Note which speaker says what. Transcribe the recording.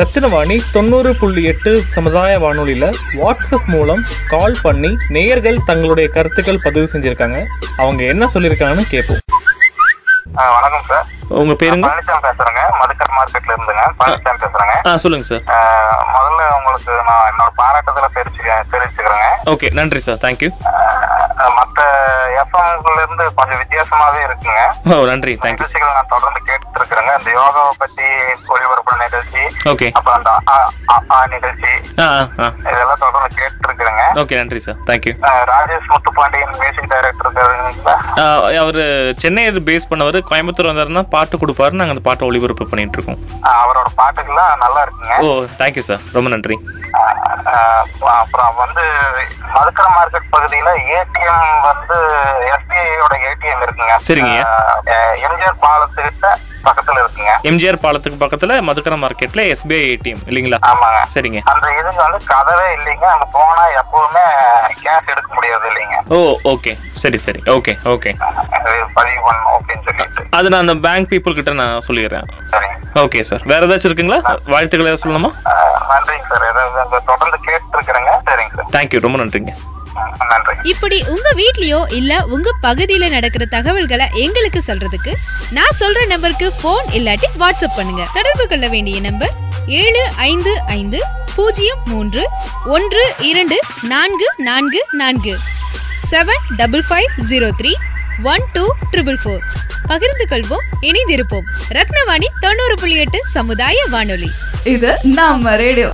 Speaker 1: ரத்தினவாணி தொண்ணூறு புள்ளி எட்டு சமுதாய வானொலியில் வாட்ஸ்அப் மூலம் கால் பண்ணி நேயர்கள் தங்களுடைய கருத்துக்கள் பதிவு செஞ்சுருக்காங்க அவங்க என்ன சொல்லியிருக்காங்கன்னு கேட்போம்
Speaker 2: ஆ, வணக்கம் சார்
Speaker 1: உங்கள் பேருங்க
Speaker 2: பழனிசாமி பேசுறேங்க மதுக்கர் மார்க்கெட்ல இருந்துங்க பழனிசாமி பேசுறேங்க
Speaker 1: ஆ சொல்லுங்கள் சார்
Speaker 2: ஆ, முதல்ல உங்களுக்கு நான் என்னோட பாராட்டுதல தெரிவிச்சுக்க தெரிவிச்சுக்கிறேங்க
Speaker 1: ஓகே நன்றி சார் தேங்க்யூ
Speaker 2: மற்ற எஃப்எம்ல இருந்து கொஞ்சம் வித்தியாசமாவே இருக்குங்க
Speaker 1: ஓ நன்றி தேங்க்யூ
Speaker 2: நிகழ்ச்சிகள் நான் தொடர்ந்து கேட்டுட்டு இருக்கிறேங்க அந்த யோகாவை பத்தி ஒளிபரப்பு நிகழ்ச்சி
Speaker 1: ஓகே
Speaker 2: அப்புறம் அந்த ஆ, ஆ, ஆ நிகழ்ச்சி
Speaker 1: ஆ ஆ
Speaker 2: இதெல்லாம் தொடர்ந்து கேட்டுட்டு இருக்கிறேங்க
Speaker 1: ஓகே நன்றி சார் தேங்க்யூ
Speaker 2: ஆ, ராஜேஷ் முத்துப்பாண்டியன் மியூசிக் டைரக்டர் இருக்காருங்களா
Speaker 1: அவர் சென்னை பேஸ் பண்ணவர் கோயம்புத்தூர் வந்தாருன்னா பாட்டு கொடுப்பாரு நாங்கள் அந்த பாட்டை ஒளிபரப்பு பண்ணிட்டு இருக்கோம்
Speaker 2: ஆ, அவரோட பாட்டுக்கெல்லாம் நல்லா இருக்குங்க
Speaker 1: ஓ தேங்க்யூ சார் ரொம்ப நன்றி
Speaker 2: ஆஹ் அப்புறம் வந்து மதுக்கர மார்க்கெட் பகுதியில ஏடிஎம் வந்து எஸ்பிஐ ஓட ஏடிஎம் இருக்குங்க
Speaker 1: சரிங்க.
Speaker 2: ஆஹ் எம்ஜிஆர் பாலத்துக்கிட்ட பக்கத்துல இருக்குங்க
Speaker 1: எம்ஜிஆர் பாலத்துக்கு பக்கத்துல மதுக்கரை மார்க்கெட்ல எஸ்பிஐ ஏடிஎம் இல்லைங்களா
Speaker 2: ஆமாங்க
Speaker 1: சரிங்க
Speaker 2: அந்த இதுக்கு வந்து கதவே இல்லைங்க அங்க போனா எப்பவுமே கேஷ் எடுக்க முடியாது இல்லைங்க
Speaker 1: ஓ ஓகே சரி சரி ஓகே ஓகே
Speaker 2: அது பதிவு பண்ணணும் அப்படின்னு சொல்லிட்டு
Speaker 1: அது நான் அந்த பேங்க் பீப்புள் கிட்ட நான் சொல்லிடுறேன்
Speaker 2: சரிங்க
Speaker 1: ஓகே சார் வேற ஏதாச்சும் இருக்குங்களா வாழ்த்துக்களை ஏதாவது சொல்லணுமா
Speaker 2: ஆஹ் நன்றிங்க சார் ஏதாவது அந்த தொடர்ந்து கேட்டு இருக்கிறேங்க சரிங்க சார்
Speaker 1: தேங்க்யூ ரொம்ப நன்றிங்க
Speaker 2: ஆஹ் நன்றிங்க
Speaker 3: இப்படி உங்க வீட்லயோ இல்ல உங்க பகுதியில நடக்கிற தகவல்களை எங்களுக்கு சொல்றதுக்கு நான் சொல்ற நம்பருக்கு ஃபோன் இல்லாட்டி வாட்ஸ்அப் பண்ணுங்க தொடர்பு கொள்ள வேண்டிய நம்பர் ஏழு ஐந்து ஐந்து பூஜ்ஜியம் மூன்று ஒன்று இரண்டு நான்கு நான்கு நான்கு seven double five zero three one two triple four பகிர்ந்து கொள்வோம் இணைந்திருப்போம் ரத்னவாணி தொண்ணூறு புள்ளி எட்டு சமுதாய வானொலி
Speaker 4: இது நம்ம ரேடியோ